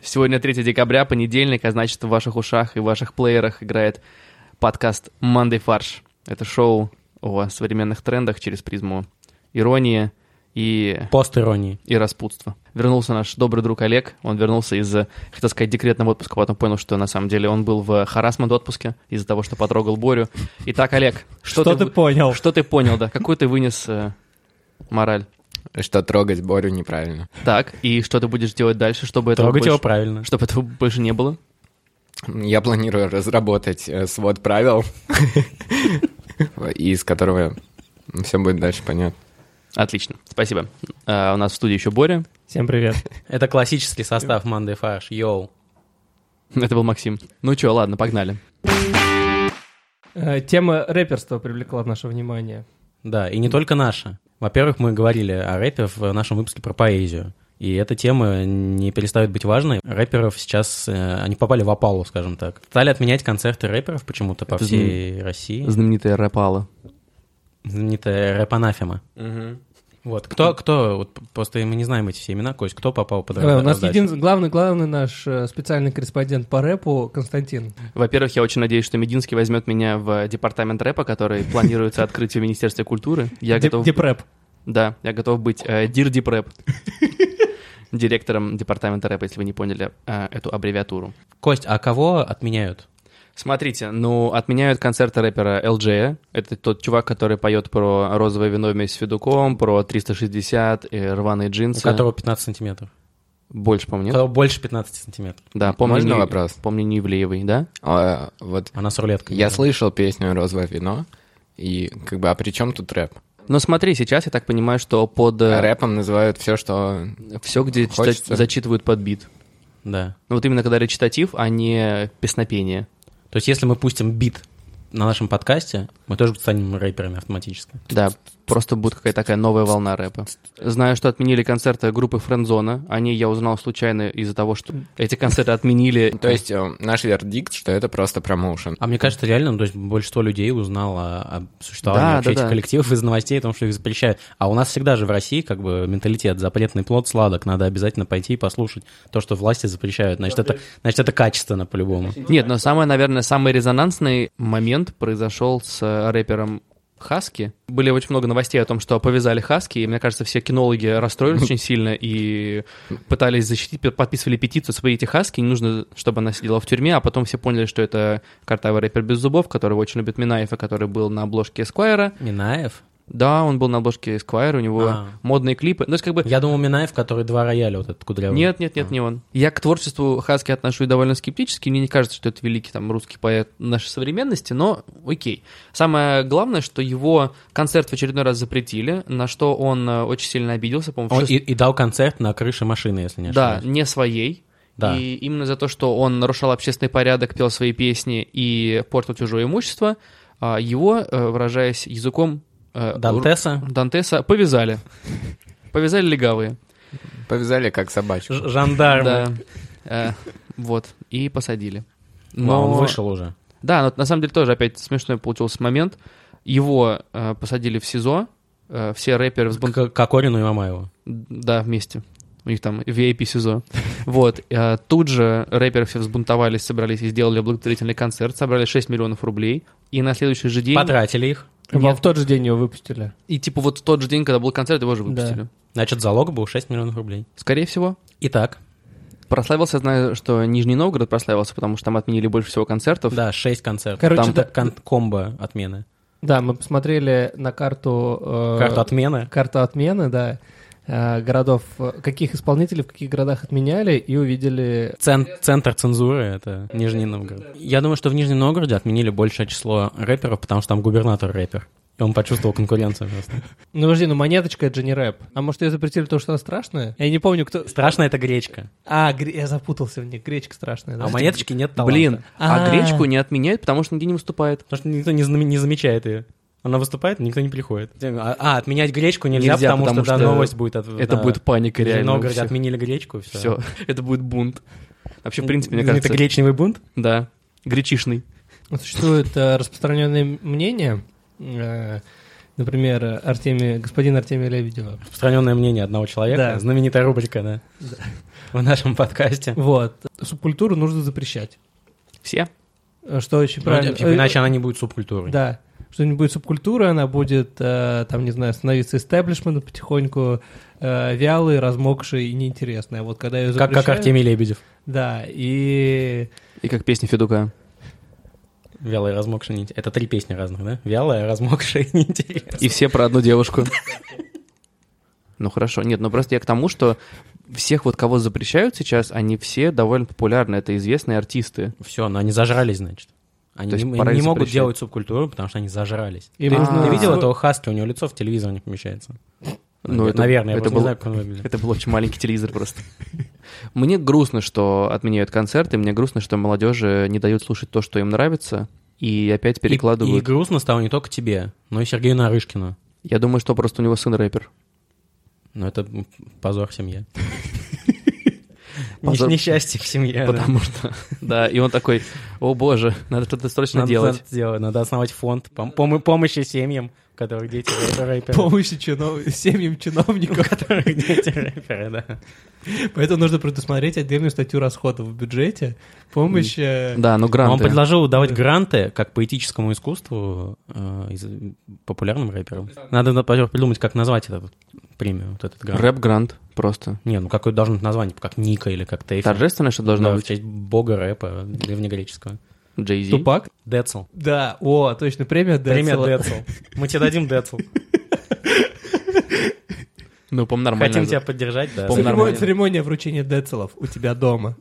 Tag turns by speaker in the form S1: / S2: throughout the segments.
S1: Сегодня 3 декабря, понедельник, а значит в ваших ушах и в ваших плеерах играет подкаст «Мандай фарш». Это шоу о современных трендах через призму иронии и,
S2: Пост иронии.
S1: и распутства. Вернулся наш добрый друг Олег. Он вернулся из, э, хотел сказать, декретного отпуска, потом понял, что на самом деле он был в харасмент отпуске из-за того, что потрогал Борю. Итак, Олег, что, ты, вы-
S2: понял?
S1: что ты понял, да? Какую ты вынес э, мораль?
S3: Что трогать Борю неправильно.
S1: Так, и что ты будешь делать дальше, чтобы этого,
S2: Трогать его
S1: больше,
S2: правильно.
S1: чтобы этого больше не было?
S3: Я планирую разработать э, свод правил, из которого все будет дальше понятно.
S1: Отлично, спасибо. А, у нас в студии еще Боря.
S4: Всем привет.
S2: Это классический состав Манды Фарш. Йоу.
S1: Это был Максим. Ну что, ладно, погнали.
S4: Э, Тема рэперства привлекла наше внимание.
S2: Да, и не только наша. Во-первых, мы говорили о рэпе в нашем выпуске про поэзию. И эта тема не перестает быть важной. Рэперов сейчас, э, они попали в опалу, скажем так. Стали отменять концерты рэперов почему-то по
S1: Это
S2: всей России.
S1: Знаменитая рэпала.
S2: Знаменитая рэп-анафема. Вот, кто, кто, вот просто мы не знаем эти все имена, Кость, кто попал под
S4: Э, У нас
S2: раздачу?
S4: един- главный, главный наш э, специальный корреспондент по рэпу Константин.
S1: Во-первых, я очень надеюсь, что Мединский возьмет меня в э, департамент рэпа, который планируется открыть в Министерстве культуры. Я
S4: Деп-
S1: готов...
S4: Депрэп.
S1: Да, я готов быть э, Дир Депрэп. Директором департамента рэпа, если вы не поняли э, эту аббревиатуру.
S2: Кость, а кого отменяют?
S1: Смотрите, ну, отменяют концерты рэпера LJ. Это тот чувак, который поет про розовое вино вместе с Федуком, про 360, и рваные
S2: У
S1: джинсы.
S2: которого 15 сантиметров.
S1: Больше,
S2: У
S1: помню.
S2: которого больше 15 сантиметров.
S1: Да, А помню.
S3: Можно
S1: не-
S3: вопрос?
S1: Помню не Ивлеевой, да?
S3: А, Вот
S2: Она с рулеткой.
S3: я слышал песню «Розовое вино», и как бы, а при чем тут рэп? А
S1: Но смотри, сейчас я так понимаю, что под
S3: Рэпом называют все, что...
S1: все, где чита-
S3: Хочется.
S1: зачитывают под бит.
S2: Да.
S1: Ну вот именно когда речитатив, а не песнопение.
S2: То есть, если мы пустим бит на нашем подкасте, мы тоже станем рэперами автоматически.
S1: Да, просто будет какая-то такая новая волна рэпа. Знаю, что отменили концерты группы Френдзона. О ней я узнал случайно из-за того, что эти концерты отменили.
S3: То есть э, наш вердикт, что это просто промоушен.
S2: А мне кажется, реально, ну, то есть большинство людей узнало о, о существовании
S1: Да,
S2: вообще
S1: да,
S2: этих
S1: да.
S2: коллективов из новостей, о том, что их запрещают. А у нас всегда же в России как бы менталитет запретный плод сладок, надо обязательно пойти и послушать то, что власти запрещают. Значит, это, значит, это качественно по-любому.
S1: Нет, но самое, наверное, самый резонансный момент произошел с э, рэпером Хаски. Были очень много новостей о том, что повязали Хаски, и, мне кажется, все кинологи расстроились очень сильно и пытались защитить, пи- подписывали петицию, смотрите, Хаски, не нужно, чтобы она сидела в тюрьме, а потом все поняли, что это картавый рэпер без зубов, которого очень любит Минаев, и который был на обложке Эсквайра.
S2: Минаев?
S1: Да, он был на обложке Esquire, у него
S2: А.
S1: модные клипы. Ну, то есть как бы...
S2: Я думал, Минаев, который два рояля вот этот кудрявый.
S1: Нет, нет, нет, не он. Я к творчеству Хаски отношусь довольно скептически. Мне не кажется, что это великий там русский поэт нашей современности, но окей. Самое главное, что его концерт в очередной раз запретили, на что он э, очень сильно обиделся, по-моему, в
S2: Он
S1: шест-
S2: и, и дал концерт на крыше машины, если не
S1: Да,
S2: ошибаюсь.
S1: не своей.
S2: Да.
S1: И именно за то, что он нарушал общественный порядок, пел свои песни и портил чужое имущество, а, его, э, выражаясь языком э,
S2: Дантеса.
S1: ру- Дантеса, повязали. Повязали легавые.
S3: Повязали как собачку.
S2: Ж- Жандармы.
S1: Да. Э, Вот. И посадили.
S2: Но...
S1: Но-
S2: он вышел уже.
S1: Да, но на самом деле тоже опять смешной получился момент. Его э, посадили в СИЗО, э, все рэперы взбун-
S2: К Кокорину и Мамаеву.
S1: Да, вместе. У них там VIP-СИЗО. Вот. э, Тут же рэперы все взбунтовались, собрались и сделали благотворительный концерт, собрали 6 миллионов рублей. И на следующий же день...
S2: Потратили их.
S4: Во- В тот же день его выпустили.
S1: И типа вот в тот же день, когда был концерт, его же выпустили.
S2: Значит, залог был 6 миллионов рублей.
S1: Скорее всего.
S2: Итак,
S1: Прославился, знаю, что Нижний Новгород прославился, потому что там отменили больше всего концертов.
S2: да, 6 концертов.
S4: Короче,
S2: Там
S4: да.
S2: кон- комбо отмены.
S4: Да, мы посмотрели на карту... э,
S2: Карту отмены.
S4: карту отмены, да. э, Городов, э, каких исполнителей в каких городах отменяли, и увидели...
S2: Цен- центр цензуры — это Нижний Новгород. Я думаю, что в Нижнем Новгороде отменили большее число рэперов, потому что там губернатор рэпер. И он почувствовал конкуренцию просто.
S4: Ну, подожди, ну монеточка — это же не рэп. А может, ее запретили, потому что она страшная? Я не помню, кто...
S2: Страшно это гречка.
S4: А, гре- я запутался в них. Гречка страшная, да?
S2: А у монеточки нет таланта.
S1: Блин, а
S4: А-а-а.
S1: гречку не отменяют, потому что нигде не выступает.
S2: Потому что никто не, знам- не замечает ее. Она выступает, никто не приходит. А, а, отменять гречку нельзя,
S1: Нельзя,
S2: потому,
S1: потому
S2: что, да,
S1: что
S2: новость будет. От,
S1: Это
S2: да.
S1: будет паника
S2: В Нижнем
S1: реально. у
S2: Новгороде
S1: всех.
S2: отменили гречку, все.
S1: Все, это будет бунт. Вообще, в принципе, мне кажется,
S2: ну, Это гречневый бунт?
S1: да, гречишный.
S4: Существует э, распространенное мнение, э, Например, э, Артемия, господин Артемия Лебедева.
S2: Распространенное мнение одного человека,
S4: Да.
S2: знаменитая рубрика, да, в нашем подкасте.
S4: Вот. Субкультуру нужно запрещать.
S1: Все?
S4: Э, Что очень
S2: Ну,
S4: правильно.
S2: типа,
S4: Э,
S2: Иначе она не будет субкультурой.
S4: Да. Что-нибудь субкультура, она будет, э, там, не знаю, становиться истеблишментом потихоньку, э, вялой, размокшей и неинтересной. А вот когда ее
S2: Как,
S4: запрещают...
S2: как Артемий Лебедев.
S4: Да, и...
S1: И как песни Федука.
S2: Вялая, размокшая, неинтересная. Это три песни разных, да? Вялая, размокшая, неинтересная.
S1: И все про одну девушку. Ну хорошо, нет, ну просто я к тому, что всех вот кого запрещают сейчас, они все довольно популярны, это известные артисты.
S2: Все, но они зажрались, значит. Они
S1: То
S2: не,
S1: есть пора
S2: не
S1: их
S2: могут
S1: запрещать.
S2: делать субкультуру, потому что они зажрались.
S4: Им
S1: Ты-
S4: нужно-
S2: Ты видел
S1: А.
S2: этого Хаски? У него лицо в телевизор не помещается. Э,
S1: Ну, это-
S2: Наверное, я
S1: это
S2: просто
S1: был-
S2: не знаю, как он выглядит.
S1: Это был очень маленький телевизор просто. Мне грустно, что отменяют концерты, мне грустно, что молодежи не дают слушать то, что им нравится, и опять
S2: И, и
S1: перекладывают.
S2: грустно стало не только тебе, но и Сергею Нарышкину.
S1: Я думаю, что просто у него сын рэпер.
S2: Но это м, позор семье.
S1: Позор.
S2: Несчастье в семье. да.
S1: Потому что, да, и он такой, о боже, надо что-то срочно
S2: Надо
S1: делать.
S2: сделать, Надо основать фонд пом- пом- помощи семьям, у которых дети рэпер- рэперы.
S4: помощи чинов... семьям
S2: У
S4: чиновников.
S2: которых дети рэперы, да.
S4: Поэтому нужно предусмотреть отдельную статью расходов в бюджете. Помощь... э,
S1: Да, ну
S2: Он
S1: гранты.
S2: предложил давать гранты как поэтическому искусству э, из- популярным рэперам. Надо на- пойдём придумать, как назвать этот премию, вот этот грант.
S1: Рэп-грант просто.
S2: Не, ну какое должно быть название, как Ника или как Тейфи.
S1: Торжественное что
S2: Да,
S1: должно
S2: в
S1: быть?
S2: честь бога рэпа древнегреческого.
S1: Джей Зи.
S4: Тупак?
S2: Децл.
S4: Да, о, точно, премия Децела.
S2: Премия Децл. Мы тебе дадим Децл.
S1: Ну, по-моему, нормально.
S2: Хотим тебя поддержать, да.
S1: Пом-
S4: Церемония-
S1: Нормально.
S4: Церемония вручения Децелов у тебя дома.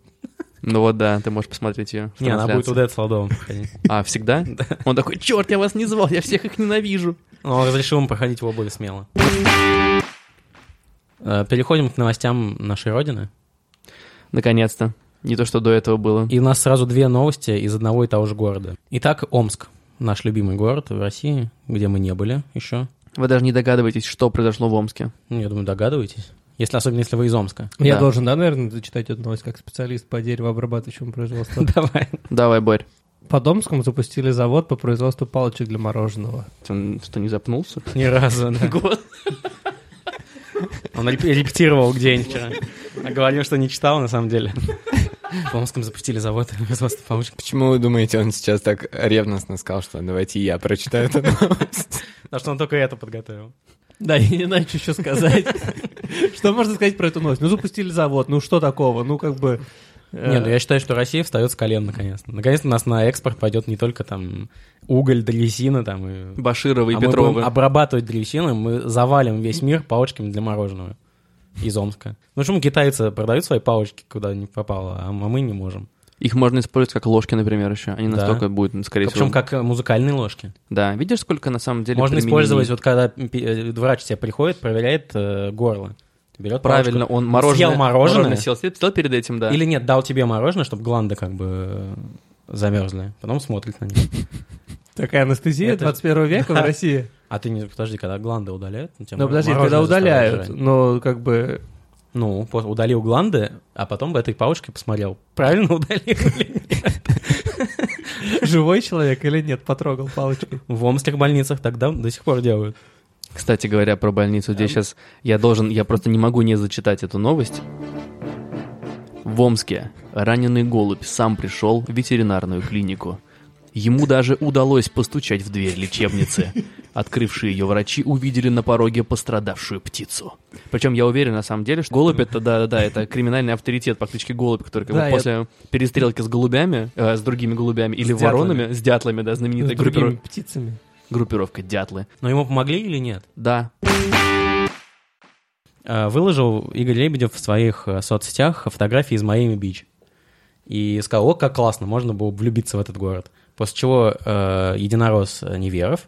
S1: Ну вот да, ты можешь посмотреть ее.
S2: Не, она будет у Децла дома проходить.
S1: А, всегда? Он такой, черт, я вас не звал, я всех их ненавижу.
S2: Но он разрешил им проходить в обуви смело. Э, Переходим к новостям нашей родины.
S1: Наконец-то. Не то, что до этого было.
S2: И у нас сразу две новости из одного и того же города. Итак, Омск. Наш любимый город в России, где мы не были еще.
S1: Вы даже не догадываетесь, что произошло в Омске.
S2: Ну, я думаю, догадываетесь. Если, особенно если вы из Омска.
S4: Я
S1: Да.
S4: должен, да, наверное, зачитать эту новость как специалист по деревообрабатывающему производству.
S2: Давай.
S1: Давай, Борь.
S4: По Домскому запустили завод по производству палочек для мороженого.
S1: Он что, не запнулся?
S2: Ни разу, да. Он реп- репетировал где-нибудь вчера. А говорил, что не читал, на самом деле. В Омском запустили завод производства палочек.
S3: Почему вы думаете, он сейчас так ревностно сказал, что давайте я прочитаю это?
S2: Потому что он только это подготовил.
S4: Да, я не знаю, что еще сказать. Что можно сказать про эту новость? Ну, запустили завод, ну что такого? Ну, как бы... э,
S2: Не, ну я считаю, что Россия встает с колен наконец-то. Наконец-то у нас на экспорт пойдет не только там уголь, древесина там и...
S1: Баширова и
S2: а мы
S1: Петрова.
S2: будем обрабатывать древесину, и мы завалим весь мир палочками для мороженого из Омска. Ну почему китайцы продают свои палочки куда не попало, а мы не можем?
S1: Их можно использовать как ложки, например, еще. Они
S2: Да.
S1: настолько будут, скорее всего.
S2: Причем как э, музыкальные ложки.
S1: Да, видишь, сколько на самом деле
S2: Можно
S1: применений?
S2: использовать, вот когда пи- э, врач тебе приходит, проверяет э, горло. Берет
S1: Правильно, он мороженое...
S2: Съел мороженое?
S1: съел, съел, съел перед этим, да.
S2: Или нет, дал тебе мороженое, чтобы гланды как бы э, замерзли. Потом смотрит на них.
S4: Такая анестезия
S2: Это-
S4: 21 века в
S2: Да.
S4: России.
S2: А ты не подожди, когда гланды удаляют? Ну, тебя
S4: Ну,
S2: мор-
S4: подожди,
S2: мороженое
S4: когда
S2: заставляют
S4: удаляют,
S2: жрать.
S4: но как бы...
S2: Ну, по- удалил гланды, а потом этой палочкой посмотрел, правильно удалил или нет.
S4: Живой человек или нет, потрогал палочкой.
S2: В омских больницах тогда до сих пор делают.
S1: Кстати говоря, про больницу,
S4: Эм.
S1: где сейчас я должен, я просто не могу не зачитать эту новость. В Омске раненый голубь сам пришел в ветеринарную клинику. Ему даже удалось постучать в дверь лечебницы. Открывшие ее врачи увидели на пороге пострадавшую птицу. Причем я уверен, на самом деле, что голубь это, да, да, да, это криминальный авторитет по кличке голубь, который как бы
S4: Да, я-
S1: после перестрелки с голубями, э, с другими голубями или
S2: С дятлами.
S1: воронами, с дятлами, да,
S4: С
S1: знаменитая
S4: другими
S1: группиров-
S4: птицами.
S1: группировка дятлы.
S2: Но ему помогли или нет?
S1: Да,
S2: Э, Выложил Игорь Лебедев в своих э, соцсетях фотографии из Майами-Бич. И сказал, о, как классно, можно было влюбиться в этот город. После чего э, единорос э, Неверов...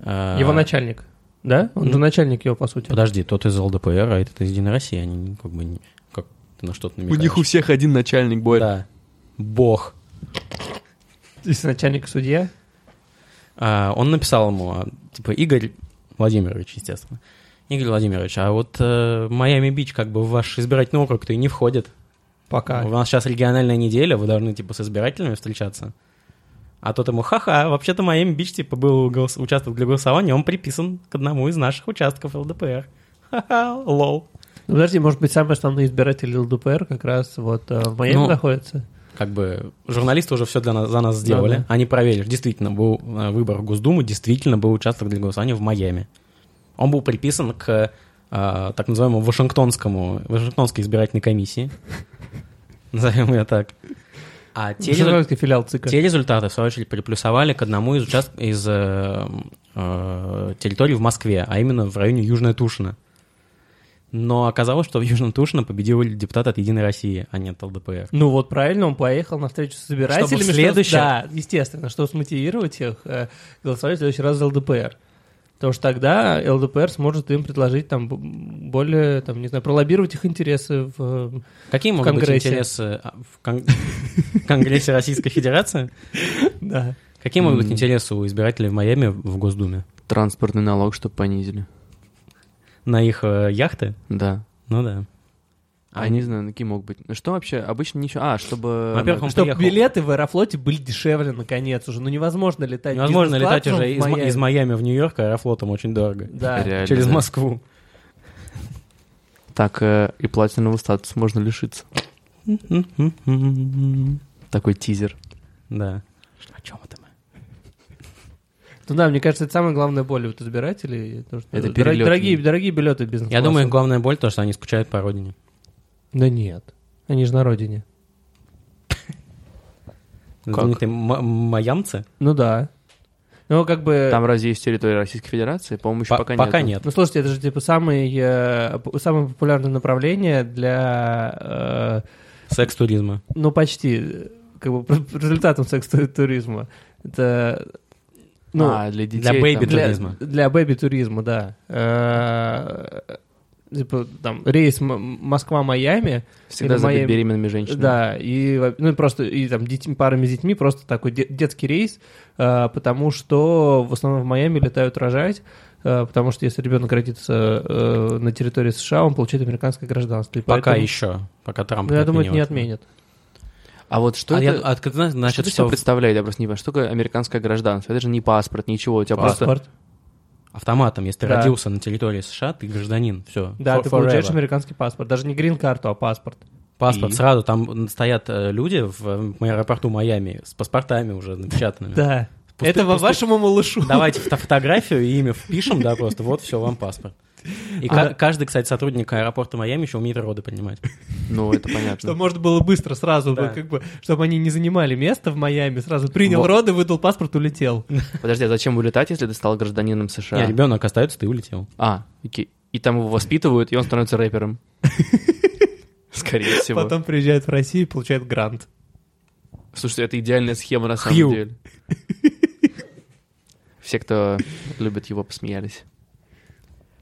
S2: э,
S4: Его начальник, да? Он
S2: Ну,
S4: же начальник его, по сути.
S2: Подожди, тот из ЛДПР, а этот из Единой России. Они как бы... не- Как ты на что-то намекаешь?
S1: всех один начальник, Борь.
S2: Да. Бог.
S4: Если начальник судья,
S2: А, он написал ему, а, типа, Игорь Владимирович, естественно. Игорь Владимирович, а вот э, Майами-Бич как бы в ваш избирательный округ-то и не входит.
S4: пока.
S2: Ну, У нас сейчас региональная неделя, вы должны типа с избирателями встречаться. А тот ему, ха-ха, вообще-то Майами Бич, типа, был голос- участок для голосования, он приписан к одному из наших участков ЛДПР. Ха-ха, лол.
S4: Ну, подожди, может быть, самый основной избиратель ЛДПР как раз вот э, в Майами
S2: Ну,
S4: находится?
S2: Как бы журналисты уже все для нас, за нас сделали.
S4: Да, да.
S2: Они проверили, действительно был э, выбор в Госдуму, действительно был участок для голосования в Майами. Он был приписан к э, так называемому Вашингтонскому, Вашингтонской избирательной комиссии. Назовем ее так. А те, резу-
S4: Шарлотский филиал ЦИКа.
S2: те результаты, в свою очередь, приплюсовали к одному из, участ- из э, э, территорий в Москве, а именно в районе Южная Тушина. Но оказалось, что в Южном Тушино победил депутат от «Единой России», а не от ЛДПР.
S4: Ну вот правильно, он поехал на встречу с избирателями.
S2: Чтобы в следующем-
S4: Да, естественно, чтобы смотивировать их э, голосовать в следующий раз за ЛДПР. Потому что тогда ЛДПР сможет им предложить там б- более, там, не знаю, пролоббировать их интересы в... э,
S2: Какие
S4: В
S2: могут быть
S4: Конгрессе.
S2: интересы а, в кон- в Конгрессе Российской Федерации?
S4: Да.
S2: Какие могут быть
S1: М.
S2: интересы у избирателей в Майами в Госдуме?
S1: Транспортный налог, чтобы понизили.
S2: На их э, яхты?
S1: Да.
S2: Ну да.
S1: А, не знаю, какие могут быть. Ну, Что вообще? Обычно ничего. А, чтобы...
S2: Во-первых, он
S4: Чтобы
S2: приехал.
S4: билеты в Аэрофлоте были дешевле, наконец, уже. Ну невозможно летать
S2: Невозможно летать уже
S4: бизнес-классом в
S2: из Ма-
S4: Майами.
S2: из Майами в Нью-Йорк а аэрофлотом очень дорого.
S4: Да.
S1: Реально,
S2: Через
S1: да.
S2: Москву.
S1: Так э, и платинового статуса можно лишиться. Такой тизер.
S2: Да. О чем это мы?
S4: Ну да, мне кажется, это самая главная боль вот избирателей. потому что
S1: Это
S4: дор-
S1: перелеты.
S4: дорогие, дорогие билеты бизнес
S2: Я думаю, их главная боль то, что они скучают по родине.
S4: Да нет, они же на родине.
S1: Как?
S2: Знаменитые ма- майамцы?
S4: Ну да. Ну как бы...
S1: Там разве есть территория Российской Федерации? По-моему, еще
S2: Э, По-
S1: пока,
S2: Пока
S1: нету.
S2: нет.
S4: Ну, слушайте, это же, типа, самый, э, п- самое популярное направление для,
S2: Секс-туризма.
S4: э, ну, почти, э, как бы, п- п- результатом секс-туризма. Это, ну,
S1: а, для детей.
S2: для
S1: там-
S2: бэйби
S4: для,
S2: туризма.
S4: для бэби-туризма, да. Э, типа, там, рейс М- Москва-Майами,
S1: Всегда
S4: или
S1: забит
S4: моей-
S1: беременными женщинами.
S4: Да, и, во- ну, и просто и там детьми, парами с детьми просто такой де- детский рейс, э, потому что в основном в Майами летают рожать, э, потому что если ребенок родится э, на территории США, он получает американское гражданство. И
S2: Пока
S4: поэтому-
S2: еще. Пока Трамп
S4: Ну, я думаю, это не
S2: отменил
S4: отменят.
S1: А вот что
S2: А я-
S1: это...
S2: а ты знаешь,
S1: что
S2: Значит,
S1: ты
S2: что
S1: себе представляет? Я просто не понимаю. Что такое американское гражданство? Это же не паспорт, ничего. У тебя просто...
S4: Паспорт.
S2: автоматом, если ты
S4: Да.
S2: родился на территории США, ты гражданин, все.
S4: Да, ты получаешь американский паспорт. Даже не грин-карту, а паспорт.
S2: Паспорт
S1: И?
S2: сразу, там стоят э, люди в, в аэропорту Майами с паспортами уже напечатанными.
S4: Да.
S2: Пусты-
S4: это во
S2: пусты-
S4: вашему малышу.
S2: Давайте фото- фотографию и имя впишем, да, просто вот все, вам паспорт. И ка-
S4: А.
S2: каждый, кстати, сотрудник аэропорта Майами еще умеет роды принимать.
S1: Ну, это
S4: Чтобы
S1: понятно.
S4: можно было быстро сразу,
S2: Да.
S4: ну, как бы, чтобы они не занимали место в Майами, сразу принял
S1: Вот.
S4: роды, выдал паспорт, улетел.
S1: Подожди, а зачем улетать, если ты стал гражданином
S2: Не,
S1: США?
S2: ребенок остается, ты улетел.
S1: А, окей. И там его воспитывают, и он становится рэпером. Скорее всего.
S4: Потом приезжает в Россию и получает грант.
S1: Слушай, это идеальная схема на
S2: Хью.
S1: самом деле. Все, кто любит его, посмеялись.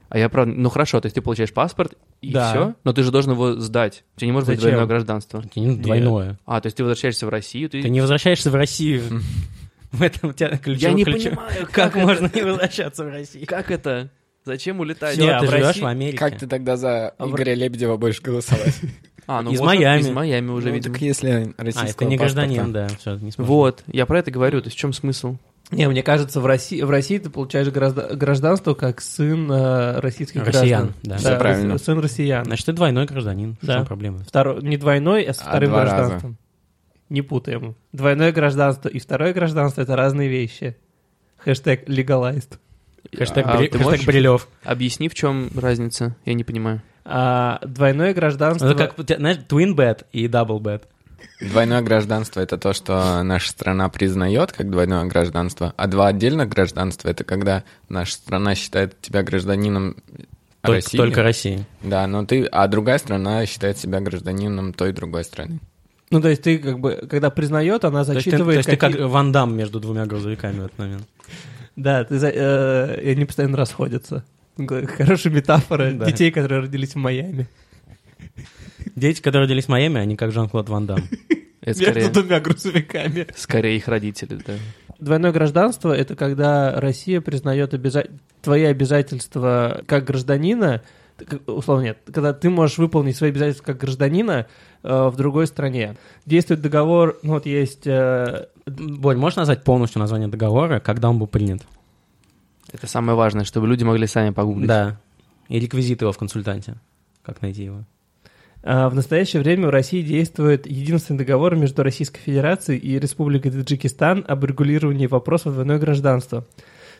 S1: А я правда... Ну хорошо, то есть ты получаешь паспорт, и
S4: Да.
S1: все? Но ты же должен его сдать. У тебя не может быть
S4: Зачем?
S1: двойное гражданство.
S2: Не, ну, Двойное.
S1: А, то есть ты возвращаешься в Россию, ты...
S2: Ты не возвращаешься в Россию. В этом у тебя
S1: Я
S2: ключевой
S1: не
S2: ключ-
S1: понимаю, как,
S2: Как
S1: это?
S2: можно не возвращаться в Россию?
S1: Как это? Зачем улетать?
S4: Не,
S2: Все,
S4: а
S2: ты
S4: в
S2: живешь
S4: России-
S2: в Америке.
S5: Как ты тогда за
S4: А в-
S5: Игоря Лебедева будешь голосовать?
S1: А, ну
S2: Из
S1: можно
S2: Майами.
S1: Из Майами уже,
S5: Ну,
S1: видимо.
S5: так если российского
S2: А, это не
S5: паспорта.
S2: гражданин, да, все, не сможешь.
S1: Вот, я про это говорю, то есть в чем смысл?
S4: Не, мне кажется, в России, в России ты получаешь гражда- гражданство как сын э, российских
S2: Россиян,
S4: граждан.
S2: да.
S5: Всё
S4: рос-
S5: правильно.
S4: Сын россиян.
S2: Значит, ты двойной гражданин. В
S4: Да.
S2: чем проблема?
S4: Второ- не двойной, а со
S5: А,
S4: вторым
S5: два
S4: гражданством. Не путаем. Двойное гражданство и второе гражданство — это разные вещи. Хэштег легалайст.
S2: Хэштег,
S1: А,
S2: Бри-
S1: ты
S2: хэштег
S1: можешь?
S2: Брилев.
S1: Объясни, в чем разница, я не понимаю.
S4: А двойное гражданство...
S2: Это как, у тебя, знаешь, twin bed и double bed.
S5: Двойное гражданство это то, что наша страна признает как двойное гражданство, а два отдельных гражданства это когда наша страна считает тебя гражданином
S2: Только
S5: России.
S2: только России.
S5: Да, но ты, а другая страна считает себя гражданином той другой страны.
S4: Ну, то есть ты как бы, когда признает, она
S2: То есть ты-
S4: зачитывает...
S2: то есть ты как
S4: какие-
S2: Ван Дам между двумя грузовиками в этот момент.
S4: Да, ты за- э, и они постоянно расходятся. Хорошая метафора
S2: Да.
S4: детей, которые родились в Майами.
S2: Дети, которые родились в Майами, они как Жан-Клод Ван Дам.
S1: Это скорее,
S4: Между двумя грузовиками.
S1: скорее их родители, да.
S4: Двойное гражданство — это когда Россия признает обяза- твои обязательства как гражданина как- условно нет, когда ты можешь выполнить свои обязательства как гражданина э, в другой стране. Действует договор, ну вот есть э,
S2: Боль, можешь назвать полностью название договора, когда он был принят?
S1: Это самое важное, чтобы люди могли сами погуглить.
S2: Да. И реквизиты его в консультанте. Как найти его?
S4: А В настоящее время в России действует единственный договор между Российской Федерацией и Республикой Таджикистан об регулировании вопросов двойного гражданства.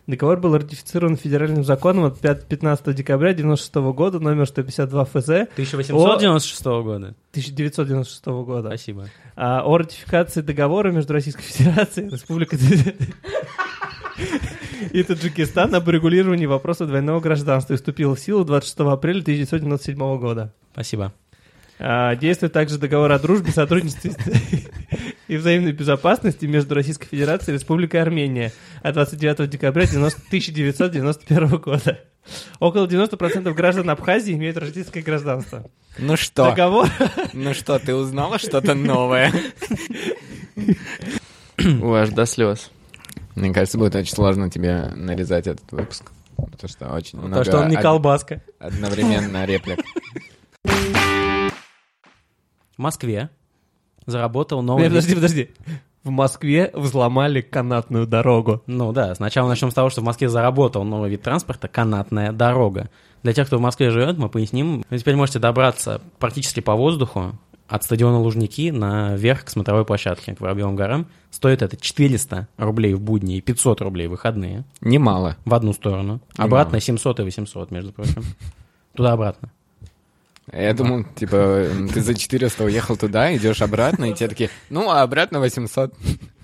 S4: Договор был ратифицирован федеральным законом от 5 15 декабря 1996 года, номер 152 ФЗ
S2: 1896 года.
S4: 1996 года.
S2: Спасибо.
S4: А, о ратификации договора между Российской Федерацией и Республикой Таджи- и Таджикистан об регулировании вопросов двойного гражданства и вступил в силу 26 апреля 1997 года.
S2: Спасибо.
S4: А, Действует также договор о дружбе, сотрудничестве и взаимной безопасности между Российской Федерацией и Республикой Армения от 29 декабря 90 1991 года. Около 90% граждан Абхазии имеют российское гражданство.
S5: Ну что?
S2: а
S4: Договор...
S5: Ну что, ты узнала что-то новое?
S1: У вас до слез.
S5: Мне кажется, будет очень сложно тебе нарезать этот выпуск. Потому что очень много
S2: Потому что он не
S5: од-
S2: колбаска.
S5: одновременно реплик.
S2: В Москве заработал новый...
S4: Нет, подожди, подожди. В Москве взломали канатную дорогу.
S2: Ну да, сначала начнем с того, что в Москве заработал новый вид транспорта – канатная дорога. Для тех, кто в Москве живет, мы поясним. Вы теперь можете добраться практически по воздуху от стадиона Лужники наверх к смотровой площадке, к Воробьевым горам. Стоит это 400 рублей в будни и 500 рублей в выходные
S5: Немало.
S2: в одну сторону. Обратно 700 и 800, между прочим. Туда-обратно.
S5: А Я думал, типа, ты за 400 уехал туда, идешь обратно, и тебе такие, ну, а обратно 800.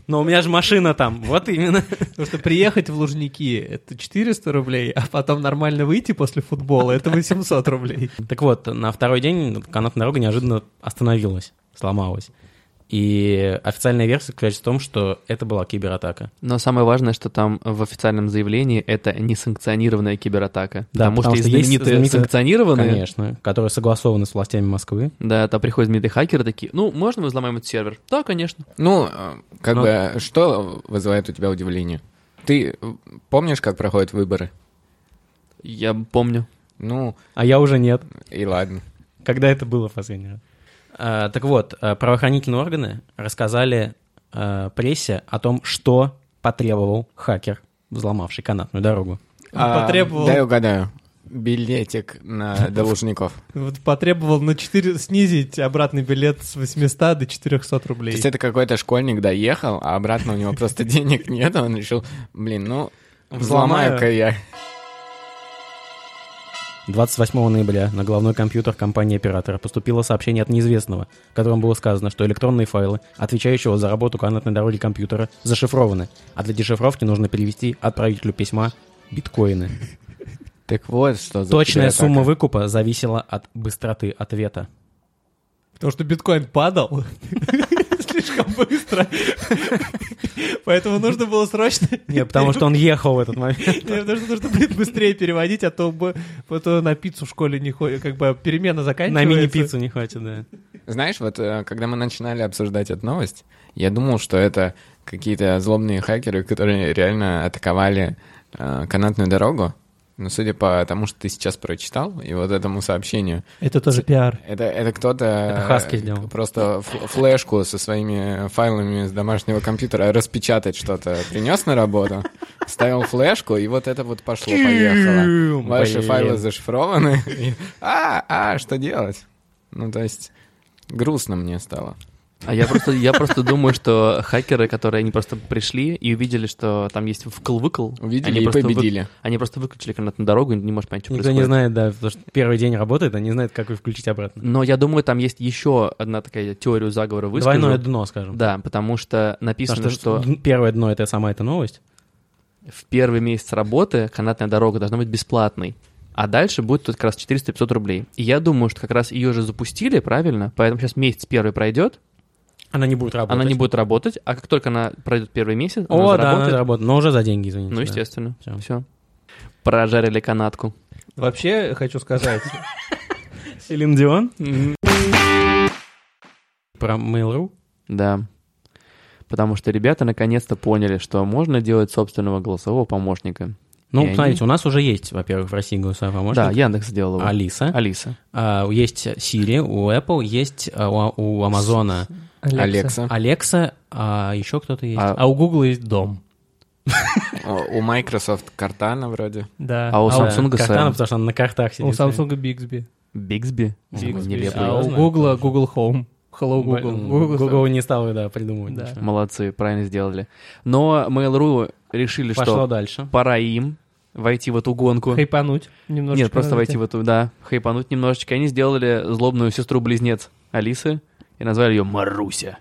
S2: Но у меня же машина там, вот именно.
S4: Потому что приехать в Лужники — это 400 рублей, а потом нормально выйти после футбола — это 800 рублей.
S2: Так вот, на второй день канатная дорога неожиданно остановилась, сломалась. И официальная версия заключается в том, что это была кибератака.
S1: Но самое важное, что там в официальном заявлении это несанкционированная кибератака.
S2: Да,
S1: потому,
S2: потому
S1: что,
S2: что
S1: есть
S2: есть
S1: знаменитые
S2: знаменитые-
S1: санкционированные.
S2: Конечно, которые согласованы с властями Москвы.
S1: Да, там приходят знаменитые хакеры такие, ну, можно мы взломаем этот сервер? Да, конечно.
S5: Ну, э, как
S2: Ну.
S5: бы, что вызывает у тебя удивление? Ты э, помнишь, как проходят выборы?
S1: Я помню.
S5: Ну,
S2: А я уже нет.
S5: и ладно.
S2: Когда это было в последний раз? А, так вот, а, правоохранительные органы рассказали а, прессе о том, что потребовал хакер, взломавший канатную дорогу.
S5: А,
S4: потребовал.
S5: Дай угадаю. Билетик на должников.
S4: Вот потребовал на 4 снизить обратный билет с 800 до 400
S5: То
S4: рублей.
S5: есть это какой-то школьник доехал, а обратно у него просто денег нет, он решил, блин, ну,
S2: Взломаю.
S5: взломаю-ка я.
S2: 28 ноября на головной компьютер компании-оператора поступило сообщение от неизвестного, в котором было сказано, что электронные файлы, отвечающего за работу канатной дороги компьютера, зашифрованы, а для дешифровки нужно перевести отправителю письма биткоины.
S5: Так вот, что за
S2: Точная
S5: кибератака.
S2: сумма выкупа зависела от быстроты ответа.
S4: Потому что биткоин падал слишком быстро. Поэтому нужно было срочно...
S2: Нет, потому что он ехал в этот момент.
S4: Нет, Потому что нужно, блин, быстрее переводить, а то, бы- а то на пиццу в школе не ходит, как бы перемена
S2: На
S4: заканчивается.
S2: мини-пиццу не хватит, да.
S5: Знаешь, вот э, когда мы начинали обсуждать эту новость, я думал, что это какие-то злобные хакеры, которые реально атаковали э, канатную дорогу. Но судя по тому, что ты сейчас прочитал, и вот этому сообщению,
S4: Это тоже пиар.
S5: это, это кто-то...
S2: Это
S5: э,
S2: Хаски сделал.
S5: Просто фл- флешку со своими файлами с домашнего компьютера распечатать что-то принес на работу, вставил флешку, и вот это вот пошло-поехало. Ваши
S2: Блин.
S5: файлы зашифрованы. И, А, а, что делать? Ну, то есть, грустно мне стало.
S1: А я просто, я просто думаю, что хакеры, которые они просто пришли и увидели, что там есть вкл-выкл,
S5: Увидели
S1: они
S5: и
S1: просто вы-
S5: победили.
S1: Они просто выключили канатную дорогу и не может понять, что
S2: Никто не
S1: происходит.
S2: знает, да, потому что первый день работает, а не знает, как ее включить обратно.
S1: Но я думаю, там есть еще одна такая теория заговора выскажу.
S2: Двойное дно, скажем.
S1: Да, потому что написано,
S2: Потому
S1: что,
S2: что д- первое дно — это сама эта новость.
S1: в первый месяц работы канатная дорога должна быть бесплатной, а дальше будет тут как раз 400-500 рублей. И я думаю, что как раз ее же запустили, правильно? Поэтому сейчас месяц первый пройдет,
S2: Она не будет работать.
S1: она не будет работать, а как только она пройдет первый месяц, она
S2: О, да, она
S1: заработает.
S2: заработает, но уже за деньги, извините.
S1: ну,
S2: да.
S1: естественно.
S2: Всё.
S1: Все. Прожарили канатку.
S4: Вообще, хочу сказать,
S2: Селин Дион? Про Mail.ru?
S1: Да. Потому что ребята наконец-то поняли, что можно делать собственного голосового помощника.
S2: Ну,
S1: И они-
S2: смотрите, у нас уже есть, во-первых, в России голосовой помощник.
S1: Да, Яндекс сделал его.
S2: Алиса.
S1: Алиса.
S2: А, есть Siri у Apple, есть а, у, у Амазона
S5: Алекса.
S2: Alexa, а еще кто-то есть.
S1: А-
S4: А у Гугла есть дом.
S5: О, У Microsoft Картана вроде.
S4: Да.
S1: А у
S2: Да,
S1: Samsung
S2: Картана,
S1: Сэм.
S2: потому что она на картах сидит.
S4: А У Samsung Bixby.
S1: Бигсби.
S2: Bixby.
S1: Нелепый.
S4: А у
S2: Серьезно?
S4: Гугла Google Home. Hello
S2: Б-
S4: Google.
S2: Google, не стал, да, придумывать.
S4: Да.
S2: ничего.
S1: Молодцы, правильно сделали. Но Mail.ru решили,
S2: Пошло
S1: что
S2: дальше.
S1: пора им войти в эту гонку.
S4: Хайпануть немножко.
S1: Нет, просто войти в эту, да, хайпануть немножечко. Они сделали злобную сестру-близнец Алисы и назвали ее Маруся.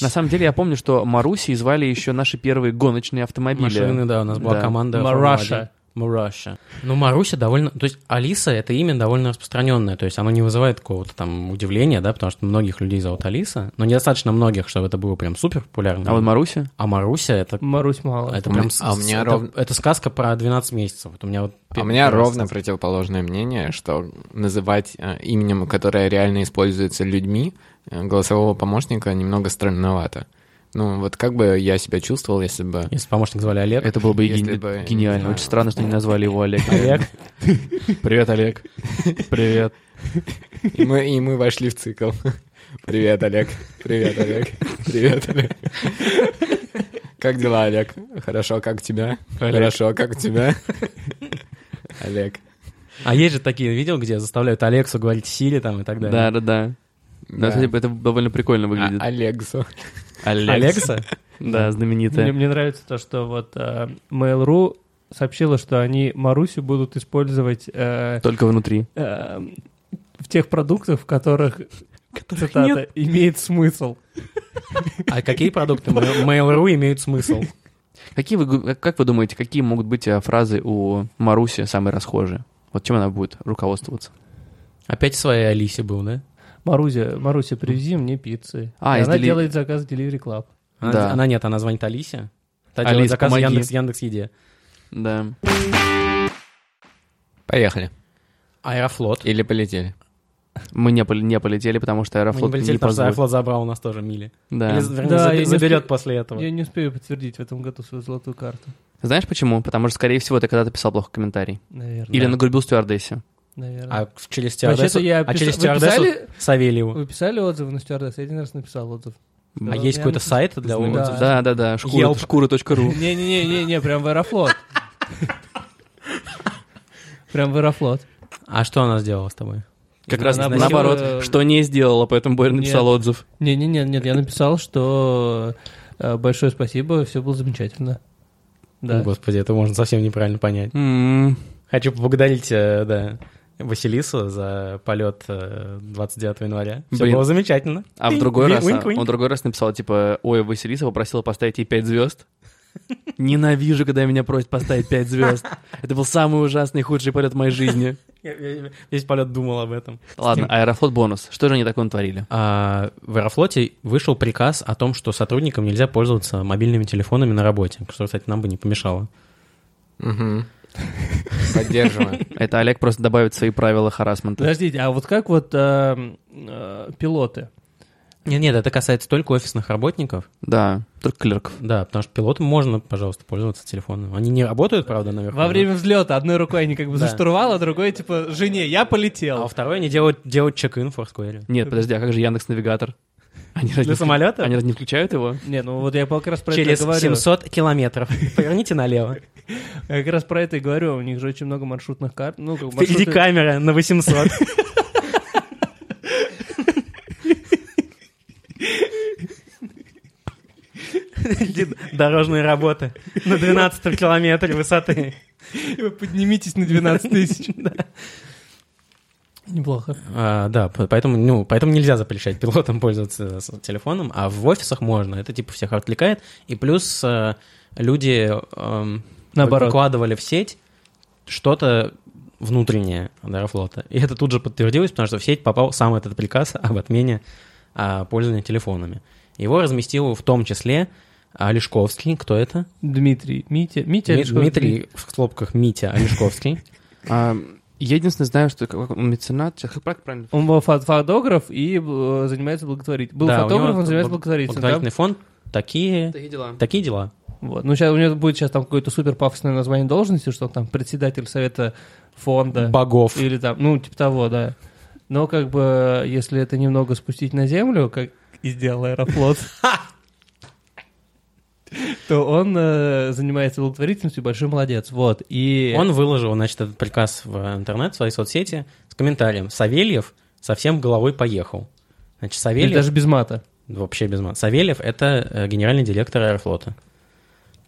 S1: На самом деле я помню, что Маруси звали еще наши первые гоночные автомобили.
S2: Машины, да, у нас была
S1: Да.
S2: команда.
S4: Мараша.
S2: Мараша. Ну, Маруся довольно... То есть Алиса — это имя довольно распространенное, то есть оно не вызывает какого-то там удивления, да, потому что многих людей зовут Алиса, но недостаточно многих, чтобы это было прям супер популярно.
S1: А вот Маруся?
S2: А Маруся — это...
S4: Марусь мало.
S2: Это
S5: У
S2: прям...
S5: меня- а у
S2: с-
S5: меня
S2: это,
S5: ровно-
S2: это сказка про 12 месяцев. Вот у меня вот...
S5: А у меня
S2: первая
S5: ровно
S2: сказка.
S5: противоположное мнение, что называть э, именем, которое реально используется людьми, э, голосового помощника немного странновато. Ну, вот как бы я себя чувствовал, если бы...
S2: Если помощник звали Олег.
S1: Это было бы,
S5: Если
S1: ген-
S5: бы, не
S1: гениально.
S5: знаю.
S1: Очень странно, что не назвали его Олег.
S2: Олег.
S1: Привет, Олег. Привет.
S5: И мы, и мы вошли в цикл. Привет, Олег. Привет, Олег. Привет, Олег. Как дела, Олег? Хорошо, как у тебя? Хорошо, как у тебя? Олег.
S2: А есть же такие видео, где заставляют Алексу говорить Сири там и так далее.
S1: Да, да, да.
S5: Да.
S1: Да, кстати, это довольно прикольно выглядит.
S5: А- Алексу.
S2: Алекса?
S1: Да,
S4: Мне,
S1: знаменитая.
S4: мне нравится то, что вот э, Mail.ru сообщила, что они Марусю будут использовать э,
S1: Только внутри.
S4: э, в тех продуктах, в которых, цитата, имеет смысл.
S2: А какие продукты Mail- Mail.ru имеют смысл?
S1: Какие вы, гу- как вы думаете, какие могут быть э, фразы у Маруси самые расхожие? Вот чем она будет руководствоваться?
S2: Опять в своей Алисе был, да?
S4: Маруся, Маруся, привези мне пиццы.
S1: А,
S4: И
S1: из
S4: она
S1: дели-
S4: делает заказ в Delivery Club.
S2: Она,
S1: Да.
S2: она нет, она звонит Алисе. Та
S1: Алис,
S2: делает заказ в
S1: помоги.
S2: Яндекс, Яндекс Еде.
S1: Да.
S5: Поехали.
S2: Аэрофлот.
S5: Или полетели.
S1: Мы не, пол- не полетели, потому что
S2: Мы не
S1: Аэрофлот не,
S2: полетели, потому что
S1: позволит.
S2: Аэрофлот забрал у нас тоже мили.
S1: Да.
S2: Или, вернее,
S4: Да,
S2: забе-
S4: я не
S2: заберет
S4: успе-
S2: после этого.
S4: Я не успею подтвердить в этом году свою золотую карту.
S1: Знаешь почему? Потому что, скорее всего, ты когда-то писал плохой комментарий.
S4: Наверное.
S1: Или нагрубил стюардессе.
S4: Наверное.
S2: А в- через
S4: Вообще-то
S2: стюардессу...
S4: я
S2: А
S4: пис-
S2: через
S4: вы
S2: стюардессу
S4: писали?
S2: Савельеву.
S4: Вы писали отзывы на стюардесс? Я один раз написал отзыв.
S2: А есть какой-то
S4: сайт?
S2: сайт для
S4: Знаменитый.
S2: отзывов?
S1: Да, да, да. Шкура,
S2: Yelp.
S1: шкура.ру.
S4: Не-не-не, прям в Аэрофлот. Прям в Аэрофлот.
S2: А что она сделала с тобой?
S1: Как раз
S4: Она
S1: наоборот,
S4: просила-
S1: что не сделала, поэтому Боря написал отзыв.
S4: Не-не-не, нет, я написал, что э, большое спасибо, все было замечательно.
S2: О,
S4: Да.
S2: Господи, это можно совсем неправильно понять.
S1: М,
S2: Хочу поблагодарить, э, да, Василису за полет э, 29 января. Все
S1: Блин.
S2: было замечательно.
S1: А в
S2: Тинь,
S1: другой
S2: ви-
S1: раз
S2: винк,
S1: а,
S2: винк.
S1: он другой раз написал, типа, ой, Василиса попросила поставить ей 5 звезд. Ненавижу, когда меня просят поставить 5 звезд. Это был самый ужасный и худший полет в моей жизни.
S2: Я- я- я Весь полет думал об этом.
S1: Ладно, Аэрофлот бонус. Что же они такое натворили?
S2: А, в Аэрофлоте вышел приказ о том, что сотрудникам нельзя пользоваться мобильными телефонами на работе, что, кстати, нам бы не помешало.
S5: Мгм. Поддерживаю.
S1: Это Олег просто добавит свои правила харасмента.
S4: Подождите, а вот как вот э, э, пилоты?
S2: Нет, нет, это касается только офисных работников.
S1: Да, только клерков.
S2: Да, потому что пилотам можно, пожалуйста, пользоваться телефоном. Они не работают, правда, наверху.
S4: Во
S2: но-
S4: время взлета одной рукой они как бы
S2: Да.
S4: за штурвал, а другой типа жене, я
S2: А во
S4: полетел.
S2: второй они делают, делают чек-ин в Foursquare.
S1: Нет, подожди, а как же Яндекс Навигатор? Они разве
S2: Для
S1: не-
S2: самолета?
S1: Они разве не включают его?
S4: Не, ну вот я как раз про
S2: Через
S4: это и говорю.
S2: 700 километров. Поверните налево.
S4: Я как раз про это и говорю, у них же очень много маршрутных карт. Ну, как бы
S2: Впереди
S4: маршруты-
S2: камера на 800. Дорожные работы на 12 километре высоты.
S4: Вы Типа, Поднимитесь на 12 тысяч. Неплохо.
S2: да, по- поэтому, ну, поэтому нельзя запрещать пилотам пользоваться с- телефоном, а в офисах можно. Это типа всех отвлекает. И плюс э, люди эм,
S4: Наоборот.
S2: выкладывали в сеть что-то внутреннее от Аэрофлота. И это тут же подтвердилось, потому что в сеть попал сам этот приказ об отмене а, пользования телефонами. Его разместил в том числе а, Олешковский. Кто это?
S4: Дмитрий, Митя, Митя,
S2: Ми-
S4: Олешков.
S2: Дмитрий в скобках Митя Олешковский.
S1: А, я единственное знаю, что как он меценат. Сейчас как прав- правильно?
S4: Он был фо- фотограф и э, занимается благотворительностью. Был
S2: Да, у него
S4: фотограф, он занимается
S2: бл-
S4: благотворительностью.
S2: Благотворительный фонд. Такие,
S1: Такие дела.
S2: такие дела.
S4: Вот. Ну, сейчас у него будет сейчас там какое-то супер пафосное название должности, что он там председатель совета фонда.
S2: Богов.
S4: Или там, ну, типа того, да. Но как бы, если это немного спустить на землю, как и сделал Аэрофлот, то он э, занимается благотворительностью, большой молодец. Вот. И
S2: Он выложил, значит, этот приказ в интернет, в свои соцсети с комментарием «Савельев совсем головой поехал». Значит,
S4: Или
S2: Савельев...
S4: даже без мата.
S2: Вообще без мата. Савельев — это э, генеральный директор Аэрофлота.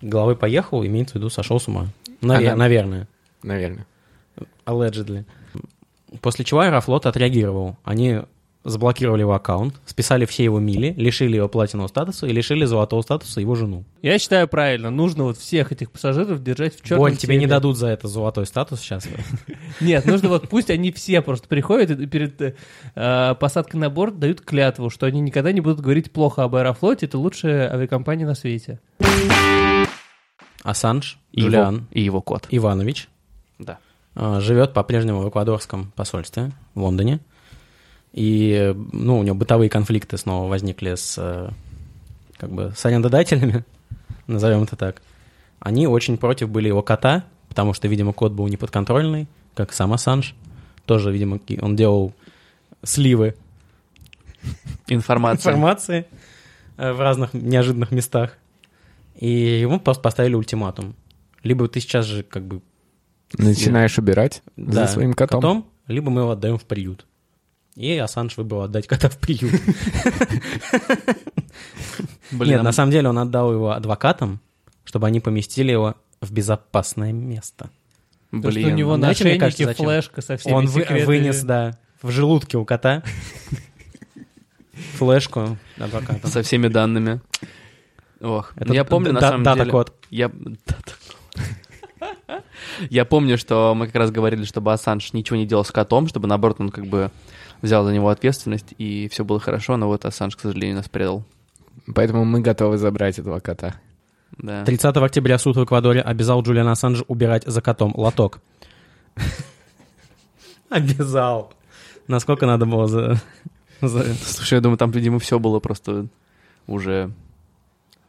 S2: Головой поехал, имеется в виду сошел с ума. Навер-
S5: Ага.
S2: Наверное.
S5: наверное.
S2: Allegedly. После чего Аэрофлот отреагировал. Они заблокировали его аккаунт, списали все его мили, лишили его платинового статуса и лишили золотого статуса его жену.
S4: Я считаю правильно, нужно вот всех этих пассажиров держать в черном
S2: Боль, тебе не
S4: теле.
S2: дадут за это золотой статус сейчас.
S4: Нет, нужно вот пусть они все просто приходят и перед э, э, посадкой на борт дают клятву, что они никогда не будут говорить плохо об Аэрофлоте, это лучшая авиакомпания на свете.
S2: Асанж,
S1: И его-
S2: Джулиан
S1: и его кот.
S2: Иванович
S1: Да.
S2: э, живет по-прежнему в эквадорском посольстве в Лондоне. И, э, ну, у него бытовые конфликты снова возникли с, э, как бы, с арендодателями, назовем это так. Они очень против были его кота, потому что, видимо, кот был неподконтрольный, как сам Ассанж. Тоже, видимо, ки- он делал сливы
S1: Информация.
S2: информации э, в разных неожиданных местах. И ему просто поставили ультиматум. Либо ты сейчас же как бы
S5: Начинаешь убирать
S2: да,
S5: за своим котом.
S2: либо мы его отдаем в приют. И Ассанж выбрал отдать кота в приют.
S1: Блин,
S2: Нет,
S1: а
S2: на самом деле он отдал его адвокатам, чтобы они поместили его в безопасное место.
S4: Потому
S1: блин,
S4: что у него на
S2: ну, знаете, мне
S4: ошейнике
S2: кажется, зачем?
S4: флешка со всеми
S2: Он вы-
S4: секретами.
S2: вынес, да, в желудке у кота флешку адвокатам.
S1: со всеми данными. Ох, ну,
S2: Это
S1: я помню, на
S2: да-
S1: самом
S2: дата
S1: деле...
S2: код.
S1: Я... да-да. Я помню, что мы как раз говорили, чтобы Ассанж ничего не делал с котом, чтобы, наоборот, он как бы взял за него ответственность, и все было хорошо, но вот Ассанж, к сожалению, нас предал.
S5: Поэтому мы готовы забрать этого кота.
S1: Да.
S2: 30 октября суд в Эквадоре обязал Джулиана Ассанжа убирать за котом лоток. Обязал. Насколько надо было за... за-
S1: Слушай, я думаю, там, видимо, все было просто уже...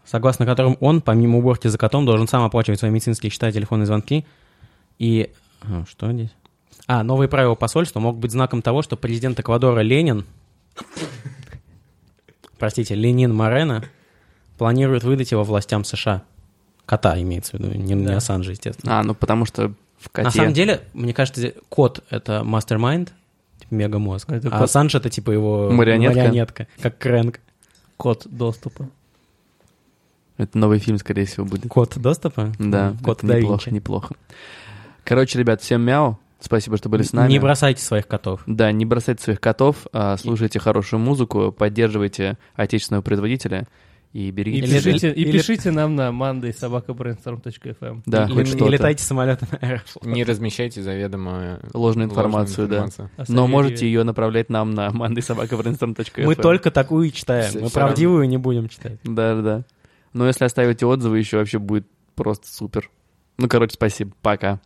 S2: Согласно которым он, помимо уборки за котом, должен сам оплачивать свои медицинские счета и телефонные звонки. И... а, Что здесь? А, новые правила посольства могут быть знаком того, что президент Эквадора Ленин... Простите, Ленин Морено планирует выдать его властям США. Кота имеется в виду, не, не Ассанжа, естественно.
S1: А, ну потому что в коте...
S2: На самом деле, мне кажется, зе- кот — это мастер-майнд, типа мегамозг.
S4: Это
S2: а
S4: кот.
S2: Санж — это типа его
S1: Марионетка.
S2: марионетка, как Крэнк.
S4: Код доступа.
S1: Это новый фильм, скорее всего, будет.
S2: Кот доступа?
S1: Да,
S2: Кот
S1: это
S2: да
S1: неплохо,
S2: Винчи.
S1: неплохо. Короче, ребят, всем мяу. Спасибо, что были с нами.
S2: Не бросайте своих котов.
S1: Да, не бросайте своих котов, а слушайте хорошую музыку, поддерживайте отечественного производителя и
S4: И,
S1: берегите. себя.
S4: пишите, и
S2: или-
S4: пишите нам на monday.sobakabrainstorm.fm.
S1: Да,
S2: И-
S1: хоть
S2: и,
S1: что-то.
S2: летайте самолетом Аэрофлот.
S5: Не размещайте заведомо э,
S1: Ложную
S5: ложную
S1: информацию, да.
S5: информацию.
S4: А
S1: Но
S4: Савельев-
S1: можете ее направлять нам на mandaysobakabrainstorm.fm.
S2: Мы только такую и читаем.
S5: Всё-
S2: Мы
S5: всё равно.
S2: правдивую не будем читать.
S1: Да, да, да. Но если оставите отзывы, еще вообще будет просто супер. Ну, короче, спасибо. Пока.